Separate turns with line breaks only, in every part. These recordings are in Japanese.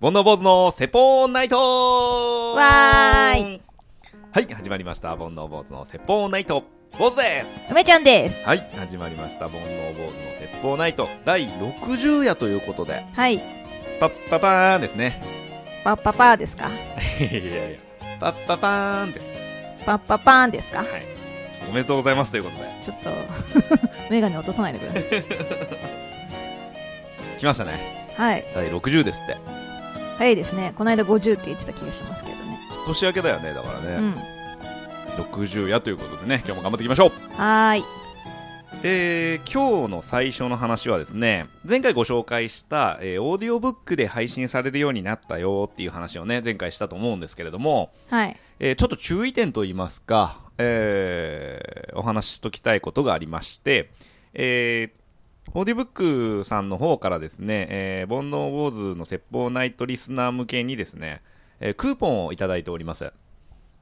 煩悩坊主のセポーンナイトー
わーい
はい、始まりました。煩悩坊主のセポーンナイト坊主です
梅ちゃんです。
はい、始まりました。煩悩坊主のセポーンナイト第60夜ということで、
はい。
パッパパーンですね。
パッパパーですか
いやいやいや、パッパパーンです。
パッパパーンですか
はい。おめでとうございますということで、
ちょっと、 メガネ落とさないでくだ さい。
来ましたね。
はい。
第60ですって。
早いですね。この間50って言ってた気がしますけどね。
年明けだよね、だから
う
ね。
ん。
60夜ということでね、今日も頑張っていきましょう
はーい。
えー今日の最初の話はですね前回ご紹介した、えーオーディオブックで配信されるようになったよっていう話をね前回したと思うんですけれども、
はい。
えーちょっと注意点といいますか、えーお話ししときたいことがありまして、えー、オーディブックさんの方からですね、えー、煩悩ウォーズの説法ナイトリスナー向けにですね、えークーポンをいただいております。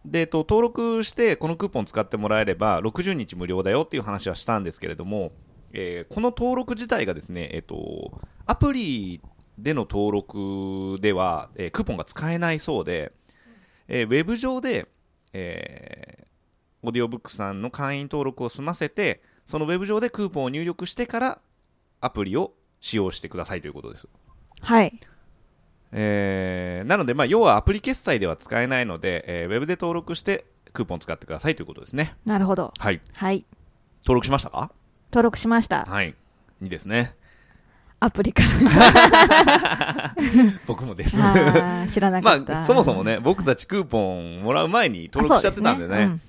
で、えっと、登録して、このクーポン使ってもらえれば、60日無料だよっていう話はしたんですけれども、えーこの登録自体がですね、えっと、アプリでの登録では、えークーポンが使えないそうで、えーウェブ上で、えーオーディオブックさんの会員登録を済ませて、そのウェブ上でクーポンを入力してから、アプリを使用してくださいということです。
はい。
えーなので、まあ、要はアプリ決済では使えないので、えーウェブで登録してクーポン使ってくださいということですね。
なるほど。
はい。
はい。
登録しましたか
登録しました。
はい。いいですね。
アプリから。
僕もです。
あー 知らなか
ま
った。
あ、そもそもね、僕たちクーポンもらう前に登録しちゃってたんでね、
あそうす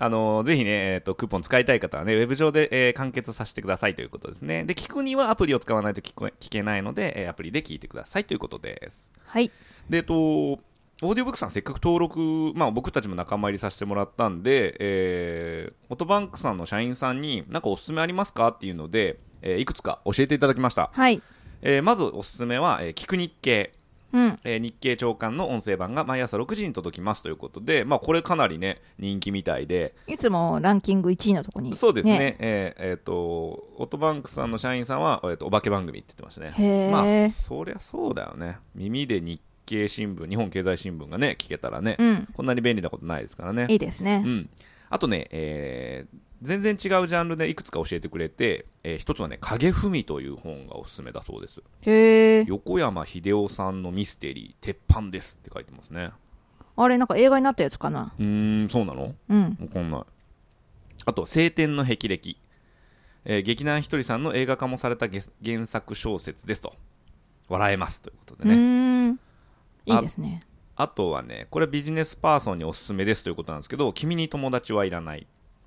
あのぜひね、えーと、クーポン使いたい方はね、ウェブ上で、えー完結させてくださいということですね。で、聞くにはアプリを使わないと聞こえ聞けないので、えーアプリで聞いてくださいということです。
うんはい。
で、えっと、オーディオブックさん、せっかく登録、まあ、僕たちも仲間入りさせてもらったんで、えー、オトバンクさんの社員さんに、なんかおすすめありますかっていうので、えーいくつか教えていただきました。
はい。
えーまずおすすめは、えー聞く日経。
うん。
えー日経長官の音声版が毎朝6時に届きますということで、まあ、これかなりね、人気みたいで、
いつもランキング1位のとこに。
そうですね、。えーえーと、オットバンクさんの社員さんは、えーとお化け番組って言ってましたね。
へ
まあ、
ー
そりゃそうだよね。耳で日経新聞、日本経済新聞がね、聞けたらね、
うん。
こんなに便利なことないですからね。
いいですね
う。ん、あとね、えー全然違うジャンルでいくつか教えてくれて、えー一つはね、影文という本がおすすめだそうです。
へえ。
横山秀夫さんのミステリー、鉄板ですって書いてますね。
あれ、なんか映画になったやつかな。
うーん、そうなの
うん。
わかんない。あと、晴天の霹靂。えー劇団ひとりさんの映画化もされたげ原作小説ですと。笑えますということで
う
ね。
ーん。いいですね。
あとはね、これビジネスパーソンにおすすめですということなんですけど、君に友達はいらない。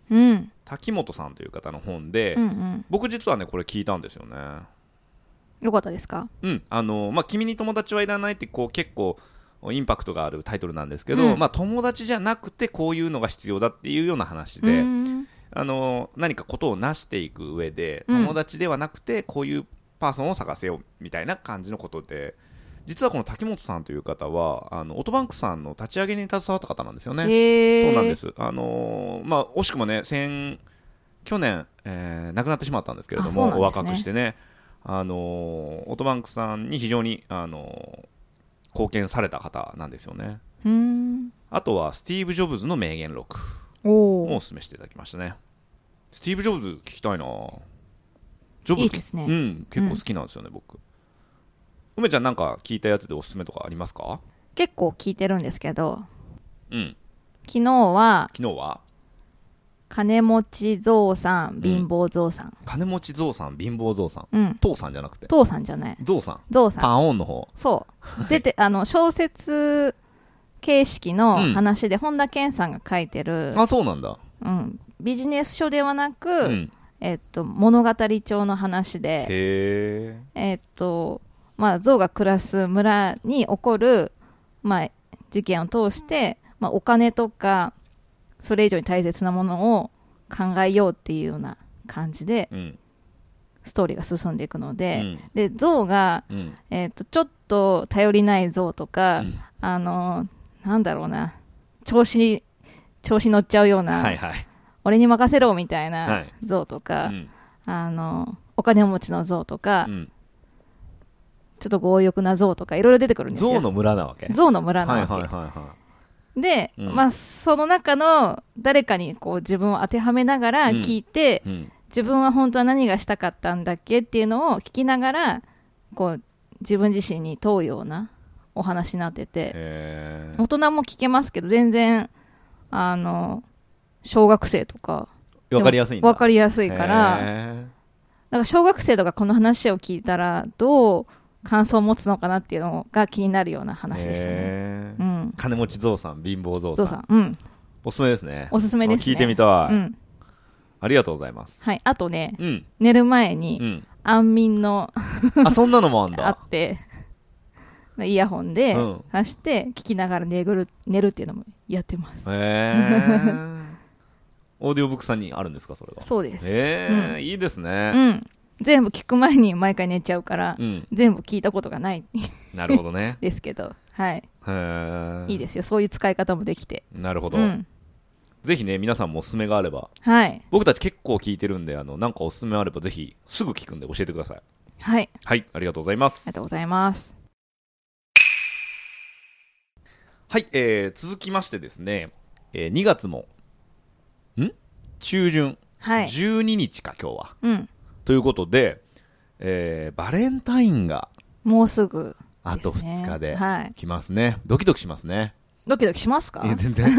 うん。
滝本さんという方の本で、
うんうん。
僕実はね、これ聞いたんですよね。
よかったですか
うん、あのまあ、君に友達はいらないってこう結構インパクトがあるタイトルなんですけど、
うん
まあ、友達じゃなくてこういうのが必要だっていうような話
う
で、
ーん
あの何かことを成していく上で
うん
友達ではなくてこういうパーソンを探せよみたいな感じのことで実はこの滝本さんという方はあのオートバンクさんの立ち上げに携わった方なんですよね。
へえ。
そうなんで。す、あのーまあ、惜しくもね先去年、えー亡くなってしまったんですけれど
あ
も、
そうなん
お
ですね
若くしてね、あのーオートバンクさんに非常に、あのー貢献された方なんですよね。
うーん。
あとはスティーブ・ジョブズの名言録。
お
をお
お。
勧めしていただきましたねスティーブ・ジョブズ聞きたいなジョブズ
いいですね
うん結構好きなんですよね、僕梅ちゃんなんか聞いたやつでおすすめとかありますか
結構聞いてるんですけど、
うん
昨日は、
昨日は
金持ちゾウさん、貧乏ゾウさん。
金持ちゾウさん貧乏ゾウさん
うん。
父さんじゃなくて
父さんじゃない。
ゾウさん
ゾウさん。
パオンの方
そう。出て、あの、小説形式の
うん
話で、本田健さんが書いてる、
あそうなんだ
うん。ビジネス書ではなく、
うん
えっと、物語調の話で、
へえ
えーっと、まあ、象が暮らす村に起こる、まあ、事件を通して、まあ、お金とか、それ以上に大切なものを考えようっていうような感じで、
うん
ストーリーが進んでいくの
う
で、
ん
で、象が、
うん
えーっと、ちょっと頼りない象とか、
うん
あの、なんだろうな、調子、調子乗っちゃうような、
はいはい
俺に任せろみた
は
いない象とか、
うん
あの、お金持ちの象とか
う、ん
ちょっと強欲な象とかいろいろ出てくるんですよ
象の村なわけ
象の村な
は
わ
い
け、
はいはいは
で、
うん
まあその中の誰かにこう自分を当てはめながら聞いて、
い、うん、
自分は本当は何がしたかったんだっけっていうのを聞きながらこう自分自身に問うようなお話になってて
えー
大人も聞けますけど全然あの小学生とか
わかりやすいんだ
分かりやす
り
いからだから小学生とかこの話を聞いたらどう感想を持つのかなっていうのが気になるような話でしたね。うん、
金持ち象さん貧乏象さ
ゾ
ん
ウさん、うん、
おすすめですね
おすすめですね。
聞いてみたい、
うん、
ありがとうございます
はい、あとね
うん
寝る前
う
に
ん
安眠の
あそんなのもあん
あ
だ
って、イヤホンで
うん
走って聞きながら寝る寝るっていうのもやってます。
へえ オーディオブックさんにあるんですかそれが
そうです。
へえ、いいです
う
ね
ん、全部聞く前に毎回寝ちゃうから、
うん、
全部聞いたことがない
なるほどね
ですけど、はい、
へえ
いいですよ。そういう使い方もできて、
なるほど、
うん、
ぜひね皆さんもおすすめがあれば
はい、
僕たち結構聞いてるんであのなんかおすすめあればぜひすぐ聞くんで教えてください
はい、あ
はいありがとうございます
りがとうございます。
はい、えー、続きましてですね、えー、2月もん中旬、
はい、
12日か今日は
うん、
ということで、えー、バレンタインが
もうすぐ
あと
ですね
2日で
はい、
来ますねドキドキしますね
ドキドキしますか
い？や全然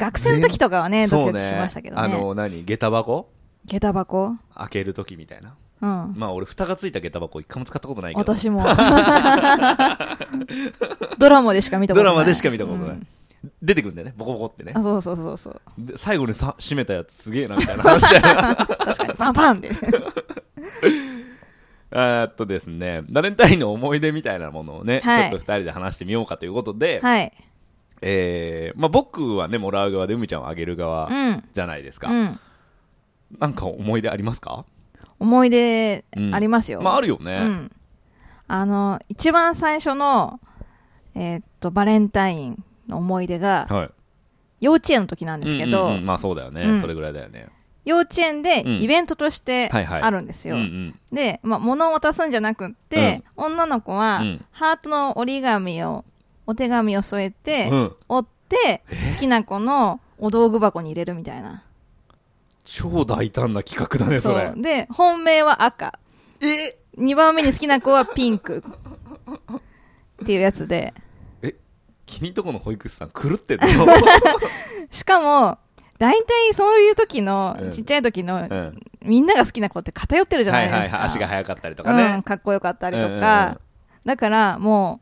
学生の時とかは ね、ド
そ
キ
う
ドキしましたけどね。
あの何下駄箱
下駄箱、
開ける時みたいな
うん、
まあ俺蓋がついた下駄箱一回も使ったことないけど
私 もドラマでしか見たこ
ド
とな
ラマ
い
でしか見たことない、
うん
出てくるんだよねボコボコってね
あそうそうそうそう
で最後にさ閉めたやつすげえなみたいな話だ よ
確かにパンパ ンで
えーっとですね、バレンタインの思い出みたいなものをね、
はい
ちょっと二人で話してみようかということで、
はい
えーまあ、僕はね、もらう側で、海ちゃんをあげる側
うん
じゃないですか。
うん
なんか思い出ありますか
思い出ありますよ、
まあ、あるよ
う
ね。
んあの一番最初のえーっとバレンタインの思い出が
はい。
幼稚園の時なんですけ
うん
ど、
うんうんまあ、そうだよね、
うん
それぐらいだよね。
幼稚園で
うん
イベントとして
はいはい
あるんですよ、
うんうん
で、まあ、物を渡すんじゃなくって、女の子は、
うん
ハートの折り紙をお手紙を添えて、
うん
折って好きな子のお道具箱に入れるみたいな
超大胆な企画だね、それ
う。で本命は赤
え
2番目に好きな子はピンクっていうやつで
君とこの保育士さん狂ってん の
しかも大体そういう時の、
うん
ちっちゃい時の、
うん
みんなが好きな子って偏ってるじゃな
はいいは
で
い
すか、
はい。足が速かったりと
と
か
うん、
ね。
かっこよかったりと
うんうんうん
か、だからも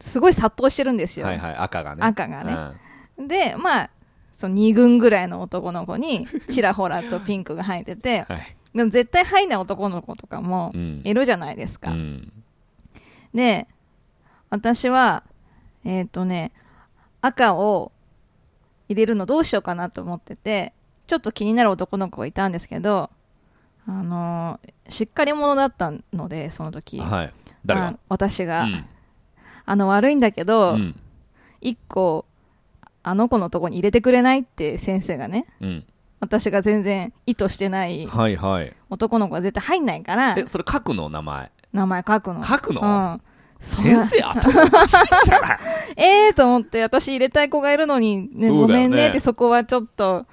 うすごい殺到してるんですよ、
はいはい、赤がね。
赤がね、でまあその2軍ぐらいの男の子にちらほらとピンクが入ってて
うん。はい。
でも絶対ハイな男の子とかも
うん
いるじゃないですか、
うん
で私はえっ、とね赤を入れるのどうしようかなと思っててちょっと気になる男の子がいたんですけどあのーしっかり者だったのでその時、
はい。誰
まあ私が、
がうん
あの悪いんだけど、
うん。
一個あの子のとこに入れてくれないって先生がね
うん。
私が全然意図してない
はいはい。
男の子は絶対入んないから
え、それ書くの名前。
名前書くの
書く
う
の
んそんな
先生頭おかしいじゃない。
ええー、と思って私入れたい子がいるのに、ね
そうだよね
ごめんねってそこはちょっと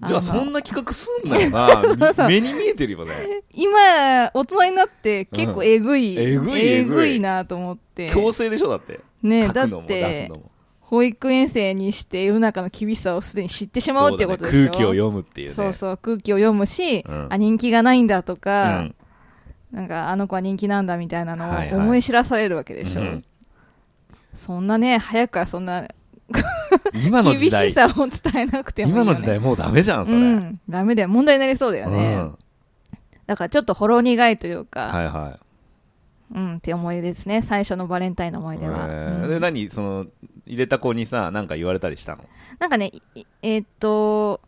あの
じゃあそんな企画すんなよな。
そうそう
目に見えてるよね。
今大人になって結構えぐい、
うんえぐい
え
え
ぐ
ぐい
いなと思って
強制でしょだって。
ね
書
だ
く
っ
のも出す
て
のも。
保育園生にして世の中の厳しさをすでに知ってしまうっていうことでしょ
そうだね空気を読むっていうね。
そうそう空気を読むし、
うん
あ人気がないんだと
う
か、
ん。
なんかあの子は人気なんだみたいなの
はいはい
を思い知らされるわけでしょ、
うん
そんなね早くはそんな
今の
厳
時
し
代、
さを伝えなくてもいいよ、
今
ね、
の時代もうダメじゃん、それ。
うん、ダメだよ問題になりそうだよね、
うん
だからちょっとほろ苦いというか、
はいは
うんって思い出ですね最初のバレンタインの思
い。
い出は、
え
う
ー
ん
で、何、その、入れた子にさ、なんか言われたりしたの
なんかねいえーっと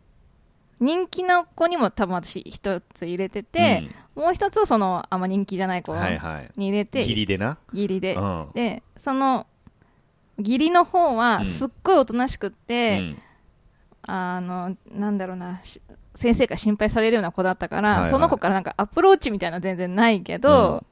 人気の子にも多分私一つ入れてて、、もう一つはそのあんま人気じゃな
う
い
ん
子に
はいはい。
入れて、
義理でな。
ギリで、
うん
でその義理の方
う
は
ん
すっごいおとなしくっ
う
て、
ん
あのなんだろうなし先生が心配されるような子だったから、
はいはい
その子からなんかアプローチみたいなの全然ないけど、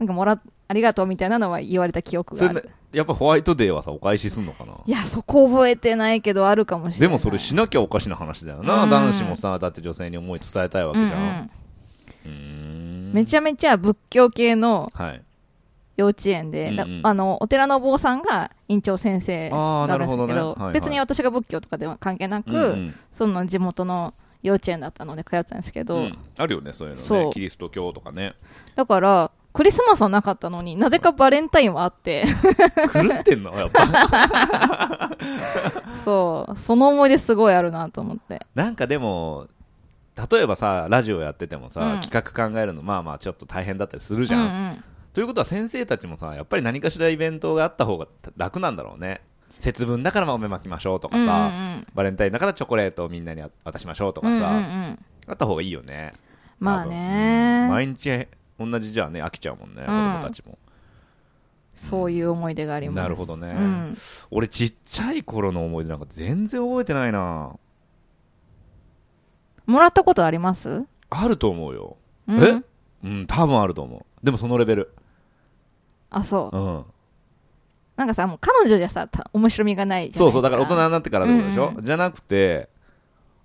なんかもらっありがとうみたいなのは言われた記憶
そ
があ
れね
る
やっぱホワイトデーはさお返しすんのかない
やそこ覚えてないけどあるかもしれ
で
ない
もそれしなきゃおかしな話だよな、
うん
男子もさだって女性に思い伝えたいわけじゃ
うん
ん,、う
うんんめちゃめちゃ仏教系の
はい
幼稚園で、だ
うんうん
あのお寺のお坊さんが院長先生
あー
だったんですけど
なるほどねはいはい
別に私が仏教とかでは関係なく、
うんうん
その地元の幼稚園だったので通ってたんですけど、
うんあるよねそういうの
そ
ね
う
キリスト教とかね
だからクリスマスはなかったのになぜかバレンタインはあって
狂ってんのやっぱ
そうその思い出すごいあるなと思って
なんかでも例えばさラジオやっててもさ、
うん
企画考えるのまあまあちょっと大変だったりするじ
う
ゃ
ん
ん、
うん
ということは先生たちもさやっぱり何かしらイベントがあった方が楽なんだろうね節分だから豆まきましょうとかさ、
うんうんうん
バレンタインだからチョコレートをみんなに渡しましょうとか
うんうん
さ、
うん
あった方がいいよね
まあ
多分
ね
毎日同じじゃあね飽きちゃうもんね、子供たちも
そういう思い出があります
なるほどね
うん
俺ちっちゃい頃の思い出なんか全然覚えてないな
もらったことあります、
あると思うよ、
うん
えうん多分あると思うでもそのレベル
あそう
うん
なんかさもう彼女じゃさた面白みがないじゃ
そ
な
う
いです
そ
か
うだから大人になってからってことでしょ、
うんう
じゃなくて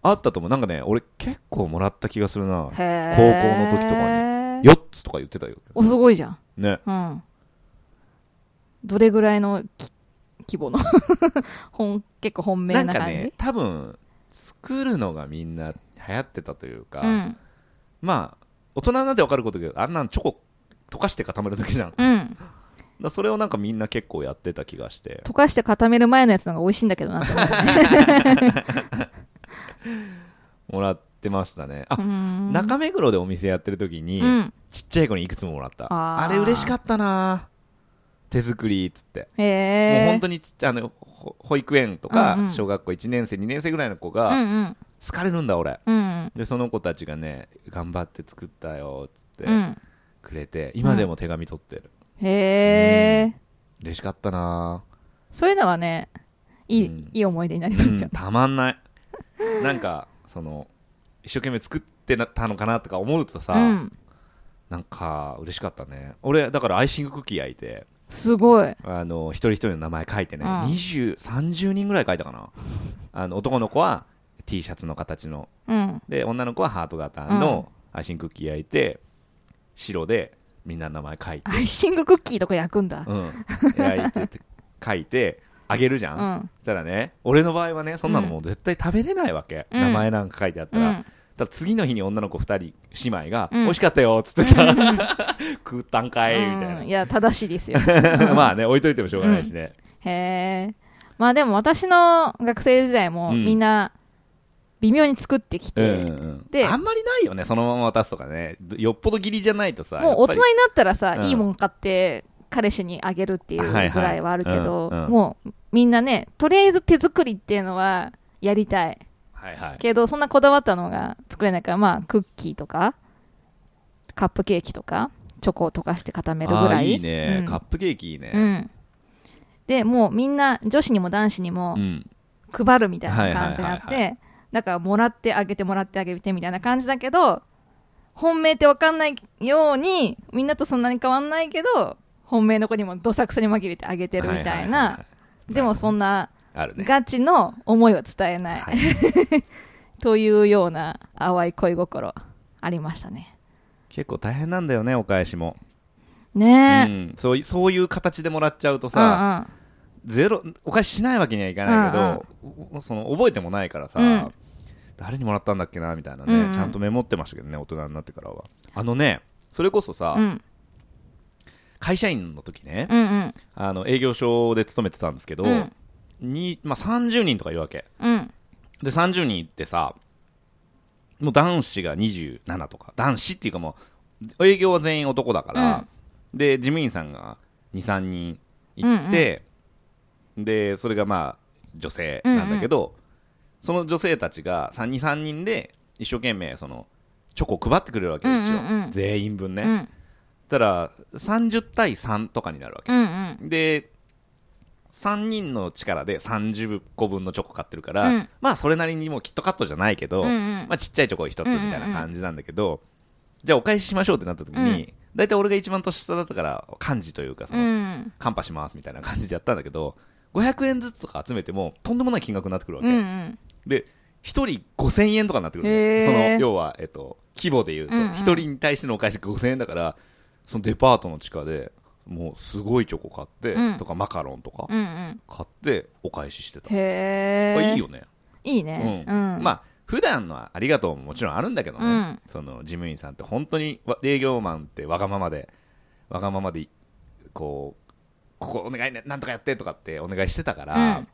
あったと思うなんかね俺結構もらった気がするな
へー
高校の時とか4つとか言ってたよ
おすごいじゃん
ね
うんどれぐらいのき規模の 本結構本命
なん
な
か
感じ
ね多分作るのがみんな流行ってたというか、
うん
まあ大人になって分かることだけどあんなんチョコ溶かして固めるだけじゃんだか
うん
らそれをなんかみんな結構やってた気がして
溶かして固める前のやつの方が美味しいんだけどなって思う
もらってましたねあ、
うーん
中目黒でお店やってる時に、
うん
ちっちゃい子にいくつももらった
あー
あれ嬉しかったな手作りっつって
へ
もう
え
本当にちっちゃいあのほ保育園とか
うんうん
小学校1年生2年生ぐらいの子
う
が
んうん
好かれるんだ俺
うん
でその子たちがね頑張って作ったよっつって
うん
くれて今でも手紙取ってる
へえ
嬉しかったな
そういうのはねいい,、
うん
いい思い出になり
う
ます
ん
よ、
たまんないなんかその一生懸命作ってなたのかなとか思うとさ
うん、
なんか嬉しかったね俺だからアイシングクッキー焼いて
すごい
あの一人一人の名前書いてね、
うん
20 30人ぐらい書いたかな あの男の子は T シャツの形の
うん
で女の子はハート型のアイシングクッキー焼いて白でみんな名前書いて、
アイシングクッキーとか焼くんだ
うん、焼いてて書いてあげるじゃ、
うんん
そしたらね俺の場合はねそんなのもう絶対食べれないわけ、
うん
名前なんか書いてあった
う
ら、
ん
ただ次の日に女の子2人姉妹が、
うん
美味しかったよっつってさ、 食ったんかいみたいな、
うんいや正し いですよ
まあね置いといてもしょうがないしね、
へえまあでも私の学生時代も
うん
みんな微妙に作ってき
うん
て、
うんうん
で
あんまりないよねそのまま渡すとかねどよっぽど義理じゃないとさ
もう大人にな
やっ
ったらさ、
うん
いいもん買って彼氏にあげるっていうぐらいはあるけ
は
ど、
いはいうんうん
もうみんなねとりあえず手作りっていうのはやりたい
ぱりはいはい
けどそんなこだわったのが作れないからまあクッキーとかカップケーキとかチョコを溶かして固めるぐ
あ
ら
ー
い
いいね、
うん
カップケーキいいね
うんでもうみんな女子にも男子にも、
うん
配るみたいな感じになっ
はいはい
てだからもらってあげてもらってあげてみたいな感じだけど本命って分かんないようにみんなとそんなに変わんないけど本命の子にもどさくさに紛れてあげてるみた
はいははは
なでもそんな
あるね
ガチの思いを伝えない、
はい
というような淡い恋心ありましたね
結構大変なんだよねお返しも、う
ねえ、
ん、そういそういう形でもらっちゃうと
うん、
さ、ゼロお返ししないわけにはいかないけど、おその覚えてもないからさ、
うん
誰にもらったんだっけなみたいなね、
うんうん
ちゃんとメモってましたけどね大人になってからはあのねそれこそさ、
うんうん
会社員の時ね、
うんうん
あの営業所で勤めてたんですけど、
うん
にまあ、30人とかいるわけ
うん
で30人ってさもう男子が27とか男子っていうかもう営業は全員男だから、で事務員さんが23人いて、でそれがまあ女性なんだけど、その女性たちが23人で一生懸命そのチョコを配ってくれるわけよ一応、
うんうんうん
全員分ね、
うんうん
たら30対3とかになるわけ
うん
で3人の力で30個分のチョコ買ってるから、
うん
まあそれなりにもうキットカットじゃないけど、
うんうん
まあ、ちっちゃいチョコ1つみたいな感じなんだけど、じゃあお返ししましょうってなった時に、大体俺が一番年下だったから幹事というかその、
うん
カンパしますみたいな感じでやったんだけど500円ずつとか集めてもとんでもない金額になってくるわ
う
け、
んうん
で1人5000円とかになってくるのね
へー
その要は、えっと、規模でいうと
うんうん
1人に対してのお返しが5000円だからそのデパートの地下でもうすごいチョコ買って、
うん
とかマカロンとか
うんうん
買ってお返ししてた、
へ
こ
え
れいいよね、
いいね
う
うん
まあ普段のはありがとうももちろんあるんだけどね、
うん
その事務員さんって本当にわ営業マンってわがままでわがままでこうここお願いねなんとかやってとかってお願いしてたから、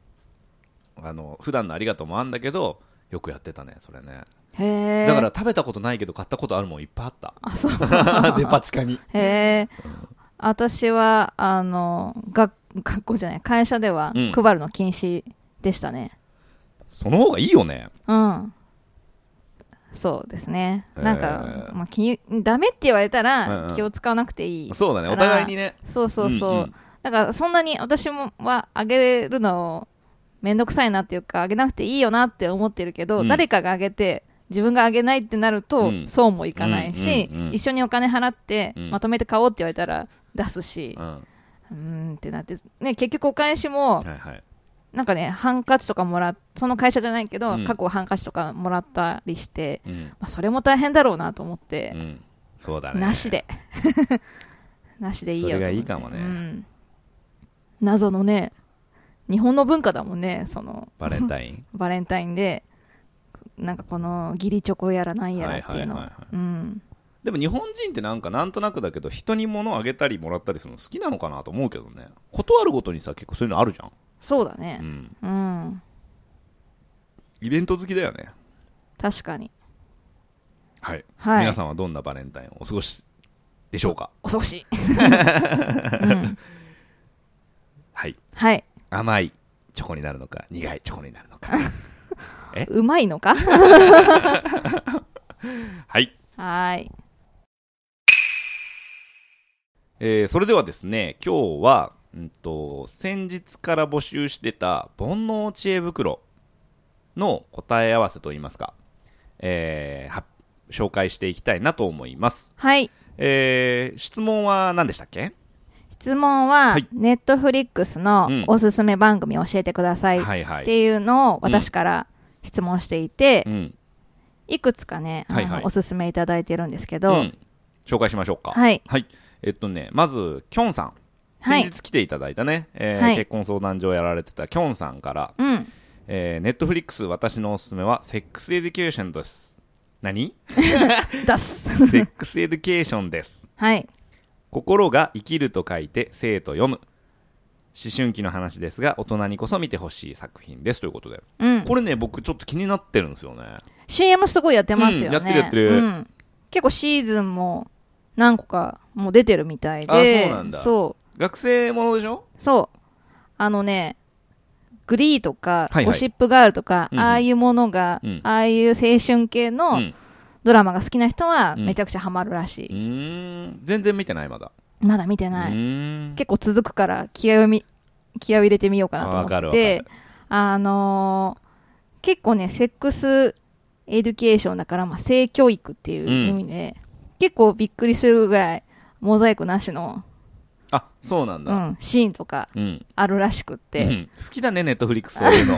あの普段のありがとうもあるんだけどよくやってたねそれね
へえ
だから食べたことないけど買ったことあるもんいっぱいあ った
あそう
デパ地下に
へえ私はあの学学校じゃない会社では
うん
配るの禁止でしたね
その方がいいよね
うんそうですね
へー
なんか、まあ、気にダメって言われた
うん
ら
うん
気を使わなくていい、
そうだね
だ
お
から
互いにね
そうそうそう、
うんうん
だからそんなに私もはあげるのめんどくさいなっていうかあげなくていいよなって思ってるけど、
うん
誰かがあげて自分があげないってなると、
うん
そうもいかないし、
うんうんうん
一緒にお金払って、
うん
まとめて買おうって言われたら出すし
う、ん
うーんってなって、ね、結局お返しも
はいはい
なんかねハンカチとかもらっその会社じゃないけど、
うん
過去ハンカチとかもらったりして、
うん、
まあ、それも大変だろうなと思って
う、ん、そうだね
なしで なしでいいよと思
そ
って
れがいいかもね
うん、謎のね日本の文化だもんねその
バレンタイン
バレンタインでなんかこの義理チョコやらなんやらっていうの、
はいはいはいは
うん
でも日本人ってなんかなんとなくだけど人に物あげたりもらったりするの好きなのかなと思うけどね断るごとにさ結構そういうのあるじゃん、
そうだ
う
ね
ん、
うん、
イベント好きだよね
確かに
はい、
はい
皆さんはどんなバレンタインをお過ごしでしょうか
恐ろし い、うん、
はい
はい
甘いチョコになるのか苦いチョコになるのか
うまいの か
はい
はーい
えーそれではですね今日は、うん、と先日から募集してた「煩悩知恵袋」の答え合わせといいますか、えーは紹介していきたいなと思います、
はい
えー質問は何でしたっけ
質問は
はい
ネットフリックスの
うん
おすすめ番組教えてくださいっ
はいはい
ていうのを私から質問していて、
うん
いくつかね、あの
はいはい
おすすめいただいてるんですけど、
うん紹介しましょうか
はい、
えっとねまずきょんさん
は
先
い、
日来ていただいたね、えー
はい
結婚相談所をやられてたきょんさんから
うん、
えー、ネットフリックス私のおすすめはセックスエデュケーションです何
出す、
セックスエデュケーションです
はい、
心が生きると書いて生と読む思春期の話ですが大人にこそ見てほしい作品ですということで、
うん、
これね僕ちょっと気になってるんですよね
CM すごいやってますよね、
うんやってるやってる
うん結構シーズンも何個かもう出てるみたいで、
あそうなんだ
そ
学生ものでしょ
う、そうあのね、グリーとか、
はいはい
ゴシップガールとか、
うんうん
ああいうものが、
うん
ああいう青春系
う
の
ん
ドラマが好きな人は、
うん
めちゃくちゃハマるらし
う
い、
ーん全然見てないまだ
まだ見て
う
ない、
ーん
結構続くから気合をみ気合を入れてみようかなと思
わかる
っ
わ
て
か
て
る
あのー結構ねセックスエデュケーションだから、まあ、性教育っていう意味で、結構びっくりするぐらいモザイクなしの、
あそうなん
う
だ
ん、シーンとか
うん、
あるらしくっ
う
て、
ん好きだねネットフリックスそういう の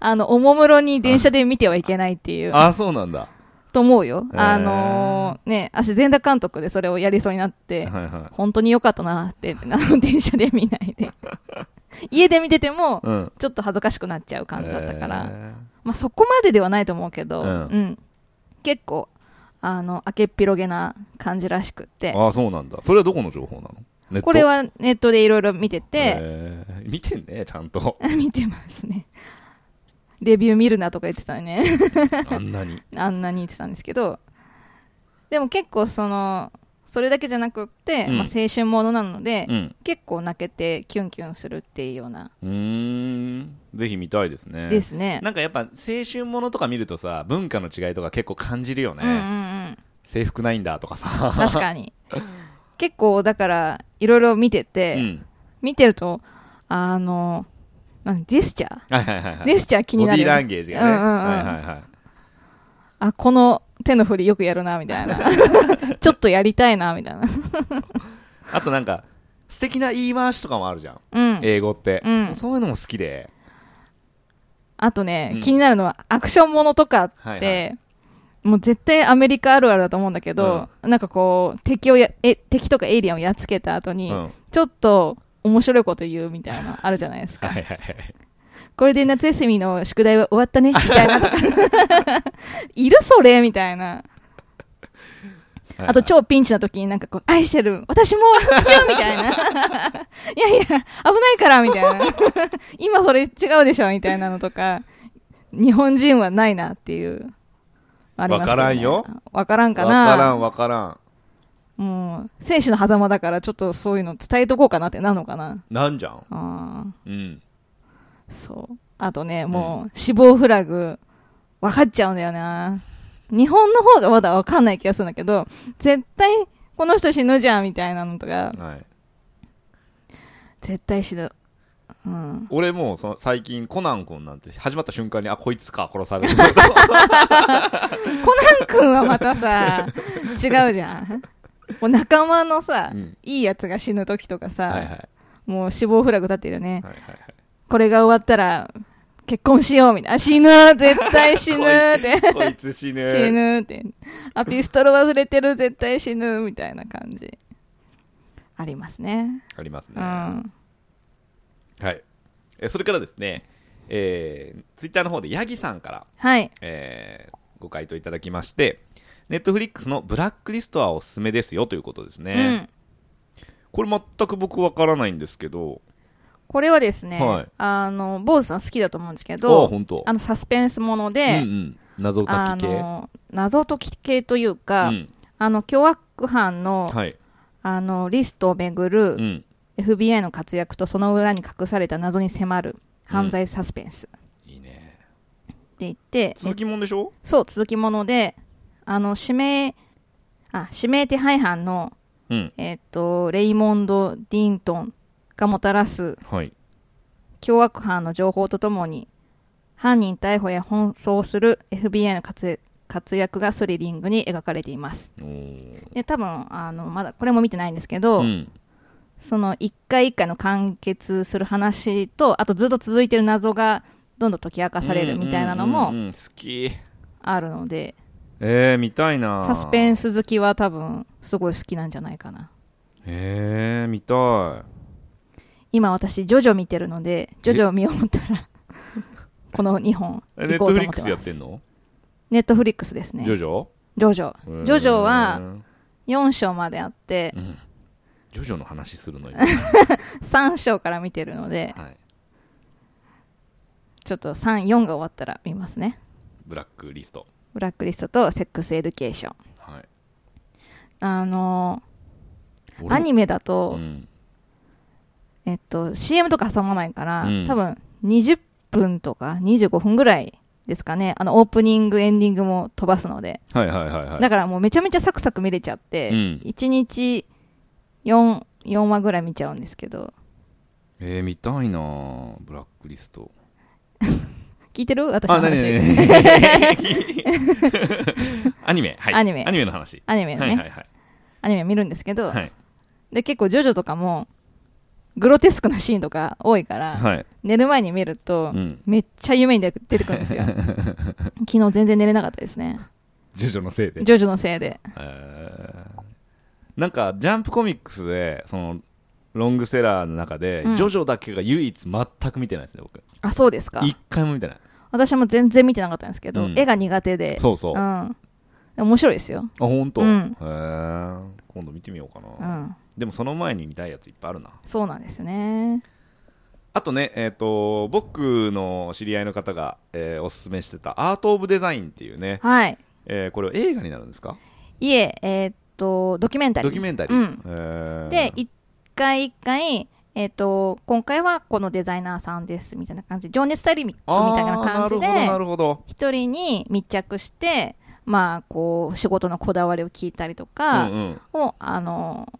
あのおもむろに電車で見てはいけないっていう
あそうなんだ
と思うよ、
へー
あのーね私全裸監督でそれをやりそうになっ
はい
て
はい
本当に良かったなってあの電車で見な いで家で見てても
うん
ちょっと恥ずかしくなっちゃう感じだったから、
へー
まあ、そこまでではないと思うけど、
う
うんん結構あの明けっぴろげな感じらしくって
ああそうなんだそれはどこの情報なのネット
これはネットでいろいろ見てて、
へー見てんねちゃん と
見てますねレビュー見るなとか言ってたね
あんなに
あんなに言ってたんですけどでも結構そのそれだけじゃなくって、
うん
まあ、青春ものなので、
うん
結構泣けてキュンキュンするっていうような、
うーんぜひ見たいですね
ですね
なんかやっぱ青春ものとか見るとさ文化の違いとか結構感じるよね、
うんうんうん
制服ないんだとかさ
確かに結構だからいろいろ見てて、
うん
見てるとあのなんジェスチャー
はいはいはいはい
ジェスチャー気にな
ボディーラ
る
ンゲージがね、
うんうんうん
はいはいはい
あこの手の振りよくやるなみ たいなちょっとやりたいなみたいな
あとなんか素敵な言い回しとかもあるじゃん
うん
英語って、
うん
そういうのも好きで
あとね、
うん
気になるのはアクションものとかって、
はいは
もう絶対アメリカあるあるだと思うんだけど、なんかこう敵をやえ敵とかエイリアンをやっつけた後
う
に、
ん、はい
ちょっと面白いこと言うみたいなあるじゃないですか
はいはい
これで夏休みの宿題は終わったねみたいな とかいるそれみたいなあと超ピンチな時になんかこう愛してる私もチューみ たいないやいや危ないからみたいな今それ違うでしょみたいなのとか日本人はないなっていうありますけど
わからんよ
わからん
わ
かな
からんわからん
もう生死の狭間だからちょっとそういうの伝えとこうかなってなのかな
なんじゃん
あー
うん
そう。あとね、もう、死亡フラグ、分かっちゃうんだよな。日本の方がまだ分かんない気がするんだけど、絶対、この人死ぬじゃん、みたいなのとか、
はい
絶対死ぬ。うん。
俺もうその最近コナン君なんて始まった瞬間にあこいつか殺さ れる
コナン君はまたさ、違うじゃん。もう仲間のさ、
うん
いいやつが死ぬ時とかさ、
はいはいはい
もう死亡フラグ立ってるよね。
はいはい
これが終わったら、結婚しようみたいな。あ死ぬ絶対死ぬって。
こいつ死ぬ
死ぬって。あ、ピストル忘れてる、絶対死ぬ、みたいな感じ。ありますね。
ありますね、
うん。
はいえそれからですねえー、ツイッターの方でヤギさんから、
はい。
えーご回答いただきましてネットフリックスのブラックリストはおすすめですよということです
う
ね、
ん。
これ全く僕わからないんですけど
これはですね
はい、
あの、坊主さん好きだと思うんですけ
ああ
ど、
本当
あの、サスペンスもの
う
で
ん、うん、謎
あ
解き系
の、謎解き系という
う
か、
ん、
あの、凶悪犯の、
はい、
あの、リストをめぐ
う
る
ん、
FBI の活躍とその裏に隠された謎に迫る犯罪サスペンスって
いいね
言って、
続きもんでしょ
そう、続きもので、あの、指名、あ、指名手配犯の、
うん
えっと、レイモンド・ディントンがもたらす
はい
凶悪犯の情報とともに、犯人逮捕や奔走する FBI の活活躍がスリリングに描かれています。
おー
で、多分、あの、まだ、これも見てないんですけど、
うん
その、一回一回の完結する話と、あとずっと続いてる謎が、どんどん解き明かされるみたいなの
うんう
も
んうんうん好き
あるので、
えー、見たいな
サスペン
ス
ス好きは多分、すごい好きなんじゃないかな。
えー、見た
今私ジョジョ見てるのでジョジョを見ようと思ったら この2本
いネ
行
ッ
こ
トフ
うと
リッ
思っ
ク
て
スやっ
ます
てんの
ネットフリックスですね
ジョジョ
ジョジョ
ジ
ジョジョは4章まであって
うんジョジョの話する のよ、
3章から見てるので
はい、
ちょっと34が終わったら見ますね
ブラックリスト
ブラックリストとセックスエデュケーション
はい
あのー
俺
アニメだ
う
と、
ん
えっと、CM とか挟まないから、
うん
多分20分とか25分ぐらいですかねあのオープニングエンディングも飛ばすので
はいはいはいはい
だからもうめちゃめちゃサクサク見れちゃって、
うん
1日 4, 4話ぐらい見ちゃうんですけど
えー、見たいなブラックリスト
聞いてる私の話、
何 アニメはい
アニメ
アニメの話
アニメの
は
ね、
いはいはい
アニメ見るんですけど、
はい
で結構ジョジョとかもグロテスクなシーンとか多いから、
はい
寝る前に見ると、
うん
めっちゃ夢に出てくるんです よ昨日全然寝れなかったですね
ジョジョのせいで
ジョジョのせいで
えーなんかジャンプコミックスでそのロングセラーの中で、
うん
ジョジョだけが唯一全く見てないですね僕
あそうですか
一回も見てない
私も全然見てなかったんですけど、
うん
絵が苦手で
そうそう、
う
あ
んでも面白いですよ、
本当、
うん
へえ今度見てみようか
う
な、
ん、
でもその前に見たいやついっぱいあるな
そうなんですね
あとねえっ、と僕の知り合いの方が、えーおすすめしてた「アート・オブ・デザイン」っていうね、
はい
えーこれは映画になるんですか
いえ、えーっと、ドキュメンタリー。
ドキュメンタリー、
うん
えー
で、一回一回、えーっと、今回はこのデザイナーさんです、みたいな感じ。情熱大陸み
あー
たいな感じ
な
で、
るほどなるほど
一人に密着して、まあ、こう、仕事のこだわりを聞いたりとか、
うんうん
を、あの、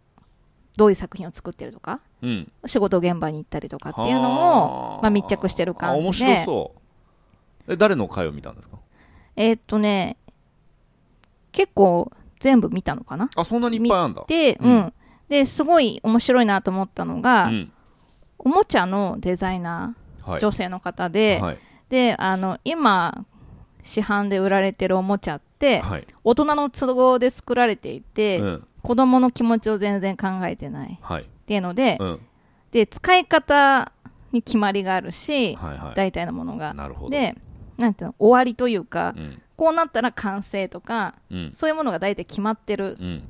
どういう作品を作ってるとか、
うん、
仕事現場に行ったりとかっていうの
は
を、
ー
まあ、密着してる
あ
感
面
じ
白
で、
そうえ誰の回を見たんですか
えーっとね、結構全部見たのかな
あそんなにいっぱいあるんだ
で、
う
うんん。ですごい面白いなと思ったのが、
うん
おもちゃのデザイナ
は
ー、
い
女性の方で、
はい
で、あの、今、市販で売られてるおもちゃって、
はい
大人の都合で作られていて、
うん
子供の気持ちを全然考えてないっ
はい
ていうので、
うん
で、使い方に決まりがあるし、
はいはい
大体のものが。
なるほど
で、なんていうの、終わりというか、
うん
こうなったら完成とか、
うん
そういうものが大体決まってる
うん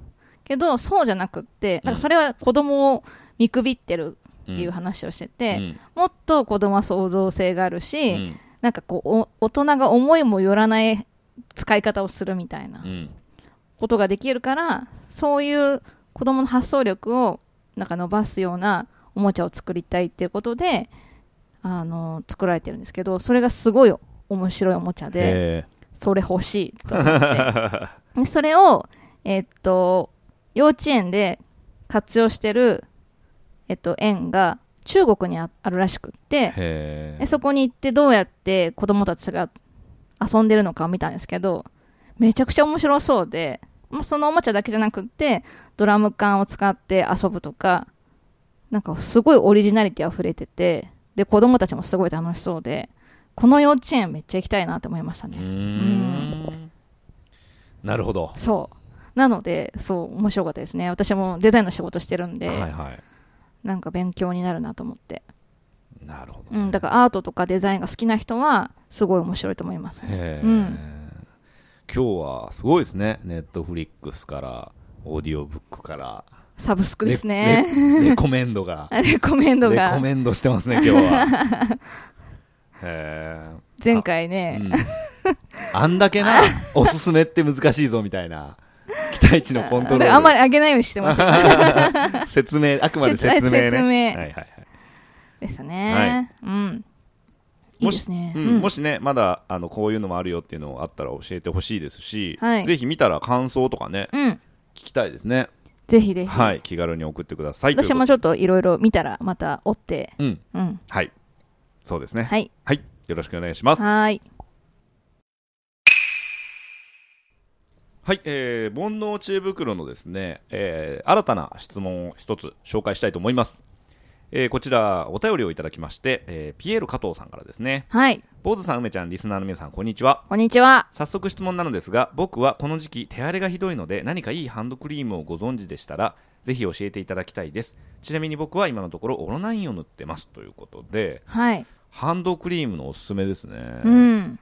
けどそうじゃなくってな
う
ん
ん
かそれは子供を見くびってる
う
っ
ん
ていう話をしてて、
うん
もっと子供は創造性がある
う
し、
ん
なんかこうお大人が思いもよらない使い方をするみたいな
うん
ことができるからそういう子供の発想力をなんか伸ばすようなおもちゃを作りたいっていうことであの作られてるんですけどそれがすごい面白いおもちゃで。
へ
それ欲しいと思ってでそれを、えっと幼稚園で活用してる、えっと園が中国にああるらしくって
ーへ
でそこに行ってどうやって子供たちが遊んでるのかを見たんですけどめちゃくちゃ面白そうで、まあ、そのおもちゃだけじゃなくってドラム缶を使って遊ぶとかなんかすごいオリジナリティ溢れててで子供たちもすごい楽しそうでこの幼稚園めっちゃ行きたいなって思いましたね
ーうー。んなるほど
そうなのでそう面白かったですね私もデザインの仕事してるんで、
はいは
なんか勉強になるなと思って、
いなるほ
う
ど
ん、だからアートとかデザインが好きな人はすごい面白いと思いますね
へえ、
うん
今日はすごいですねネットフリックスからオーディオブックから
サブスクですね
レレレコメンド が
レコメンド
レコ
が
メンドしてますね今日は へ
前回
え、う
ね
ん、あんだけなおすすめって難しいぞみたいな期待値のコントロール
あんまり上げないようにしてます
説明あくまで説明ね
説明
はいはいはい
で すね、うんいいですね
うん
うん
もしねまだあのこういうのもあるよっていうのあったら教えてほしいですし、
はい
ぜひ見たら感想とかね
うん
聞きたいですね、
ぜひぜひ、
はい気軽に送ってください
私も
という
ちょっといろいろ見たらまた追って
ことでうん
うん
はいそうですねはい、
はい
よろしくお願いします
は
はい、
ーい
えー、煩悩知恵袋のですね、えー新たな質問を一つ紹介したいと思いますえーこちらお便りをいただきまして、えーピエール加藤さんからですね
はい
坊主さん梅ちゃんリスナーの皆さんこんにちは
こんにちは
早速質問なのですが僕はこの時期手荒れがひどいので何かいいハンドクリームをご存知でしたらぜひ教えていただきたいですちなみに僕は今のところオロナインを塗ってますということで
はい、
ハンドクリームのおすすめですね、
うん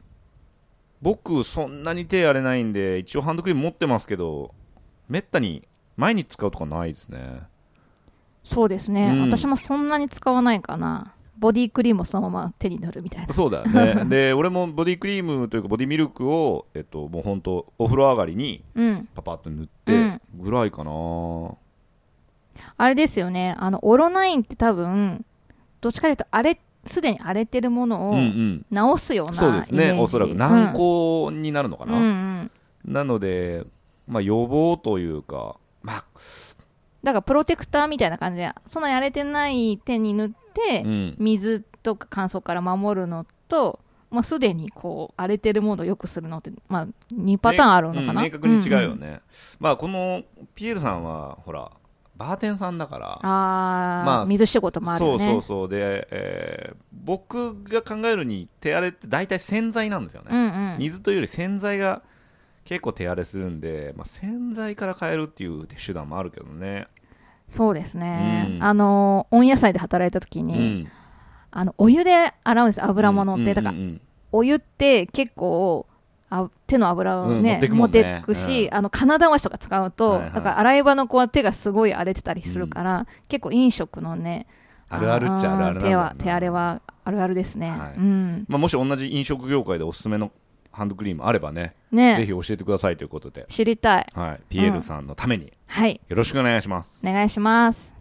僕そんなに手荒れないんで一応ハンドクリーム持ってますけどめったに毎日使うとかないですね
そうですね、
うん
私もそんなに使わないかなボディクリームをそのまま手に塗るみたいな
そうだよ ねで俺もボディクリームというかボディミルクを、えっと、もうほんとお風呂上がりに
うん
パパッと塗ってぐらいかな、
あれですよねあのオロナインって多分どっちかというとあれすでに荒れてるもの
うんう
を
ん
直すようなイメージ、
そうですね、おそらく難航になるのか
うん
な、
うんうん
なので、まあ、予防というか、まあ
だからプロテクターみたいな感じでそんなに荒れてない手に塗って
う、ん、
水とか乾燥から守るのともうすでにこう荒れてるものを良くするのって、まあ、2パターンあるのかな、
うん明確に違うよね、
んん
まあこのピエールさんはほらバーテンさんだから
あー、
まあ
水仕事もある
そ
よ
う
ね
そうそうで、えー僕が考えるに手荒れって大体洗剤なんですよ
う
ね、
んうん、
水というより洗剤が結構手荒れするんで、まあ、洗剤から変えるっていう手段もあるけどね、
そうですね、
うん
あの温野菜で働いた時
う
に、
ん、
あのお湯で洗うんです油物って、だ
うん
か
う
ら
んうん
お湯って結構あ手の油を
うん持
ね
っ、てくも
持
ん
っ
ね
てくし、
うん
あの金だわしとか使うと、
はいはい
だから洗い場の子は手がすごい荒れてたりするから、結構飲食のね
あるあるっちゃあるあるなんだよな
手は手荒れはあるあるですね、
はい
うん
まあ、もし同じ飲食業界でおすすめのハンドクリームあればね、ぜひ
ね
教えてくださいということで、
知りたい
はい、ピエールさんのために
はい
よろしくお願いします。
お願いします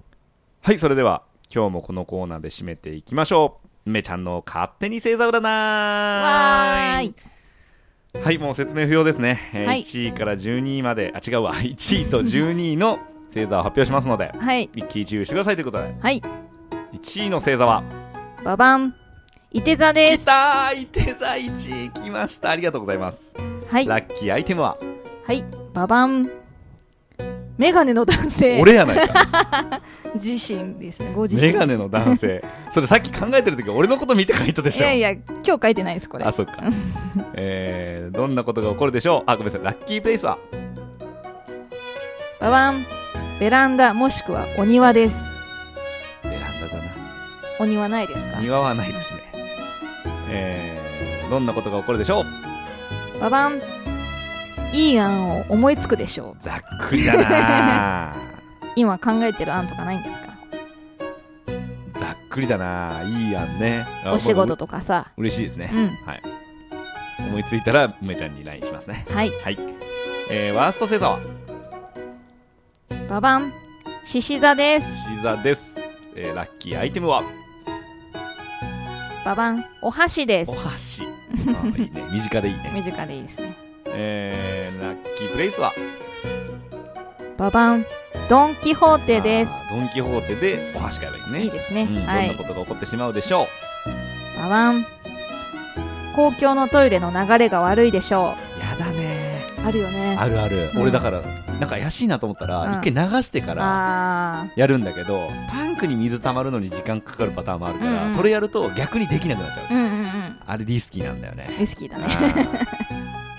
はい、それでは今日もこのコーナーで締めていきましょう。梅ちゃんの勝手に星座占い
わーい
はい、もう説明不要ですね。えー
はい
1位から12位まで、あ、違うわ、1位と12位の星座を発表しますので、
はい
一喜一憂してくださいということで、
はい
1位の星座は、
ババンいて座で
き
す
たーい手座1位来ました。ありがとうございます。
はい
ラッキーアイテムは、
はいババンメガネの男性
俺やないか
自身ですねご自身
メガネの男性 それさっき考えてる時俺のこと見て書いたでし
い
ょ
やいや今日書いてないですこれ
あそっ かえー、どんなことが起こるでしょうあごめんなさいラッキープレイスは
ババンベランダもしくはお庭です
ベランダだな
お庭ないですか
庭はないですねえー、どんなことが起こるでしょう
ババンいい案を思いつくでしょう
ざっくりだ な
今考えてる案とかないんですか
ざっくりだないいやんねあ
お仕
も
事
う
とかさ
嬉しいですね
う、ん
はい思いついたら梅ちゃんに LINE しますね
はい
はいえー、ワースト星座は
ババン獅子座です
獅子座です、えー、ラッキーアイテムは
ババンお箸です
お箸あーいいね身近でいいね
身近でいいですね
えー、ラッキープレイスは
ババンドン・キホーテです
あードン・キホーテでお箸買えばいいね
いいですね、
うん
は
どん
い
なことが起こってしまうでしょう
ババン公共のトイレの流れが悪いでしょ
やだね
うあるよね
あるある、
うん
俺だからなんか怪しいなと思ったら、
うん
一回流してから
あ
やるんだけどタンクに水溜まるのに時間かかるパターンもあるから、
うんうん
それやると逆にできなくなっちゃう、
ーうんうんうん
あれリスキーなんだよね
ウイスキーだ
あ
ね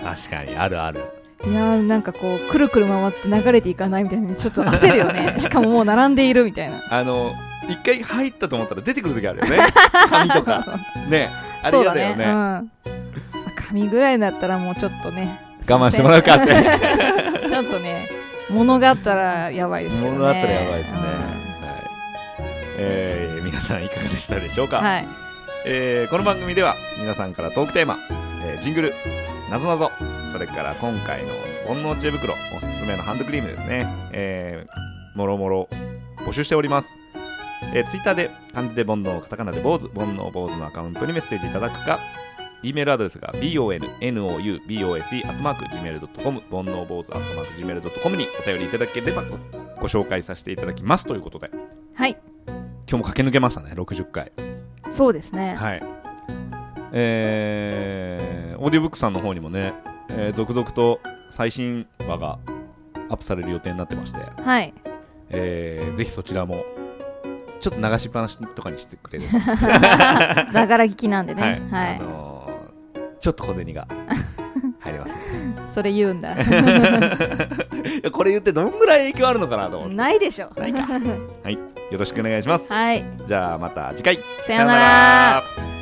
ー確かにあるある
いやーなんかこうくるくる回って流れていかないみたいなちょっと焦るよ ねしかももう並んでいるみたいな
あの一回入ったと思ったら出てくる時あるよね紙とか ねあれ
そう
嫌だ
だね
よね
うん、紙ぐらいだったらもうちょっとね
我慢してもらうかって
ちょっとね物があったらやばいですけどね
物あったらやばいですね、はいえー皆さんいかがでしたでしょう
う
か、
んはい
えーこの番組では皆さんからトークテーマ、えージングルなぞなぞそれから今回の煩悩知恵袋おすすめのハンドクリームですね、えーもろもろ募集しておりますえー、ツイッターで漢字で煩悩カタカナで坊主煩悩坊主のアカウントにメッセージいただくか E メールアドレスが bonoubose.gmail.com 煩悩坊主 .gmail.com にお便りいただければごご紹介させていただきますということで
はい
今日も駆け抜けましたね60回
そうですね
はい。えー、オーディオブックさんの方にもね、えー続々と最新話がアップされる予定になってまして、
はい
えーぜひそちらも、ちょっと流しっぱなしとかにしてくれる、
ながら聞きなんで ね
はい、
は
あ
い、
のーちょっと小銭 が入ります、
それ言うんだ
いやこれ言ってどんぐらい影響あるのかなと思って。
ないでしょ
ないか。はい。よろしくお願いします。
はい
じゃあまた次回。
さようなら
さようなら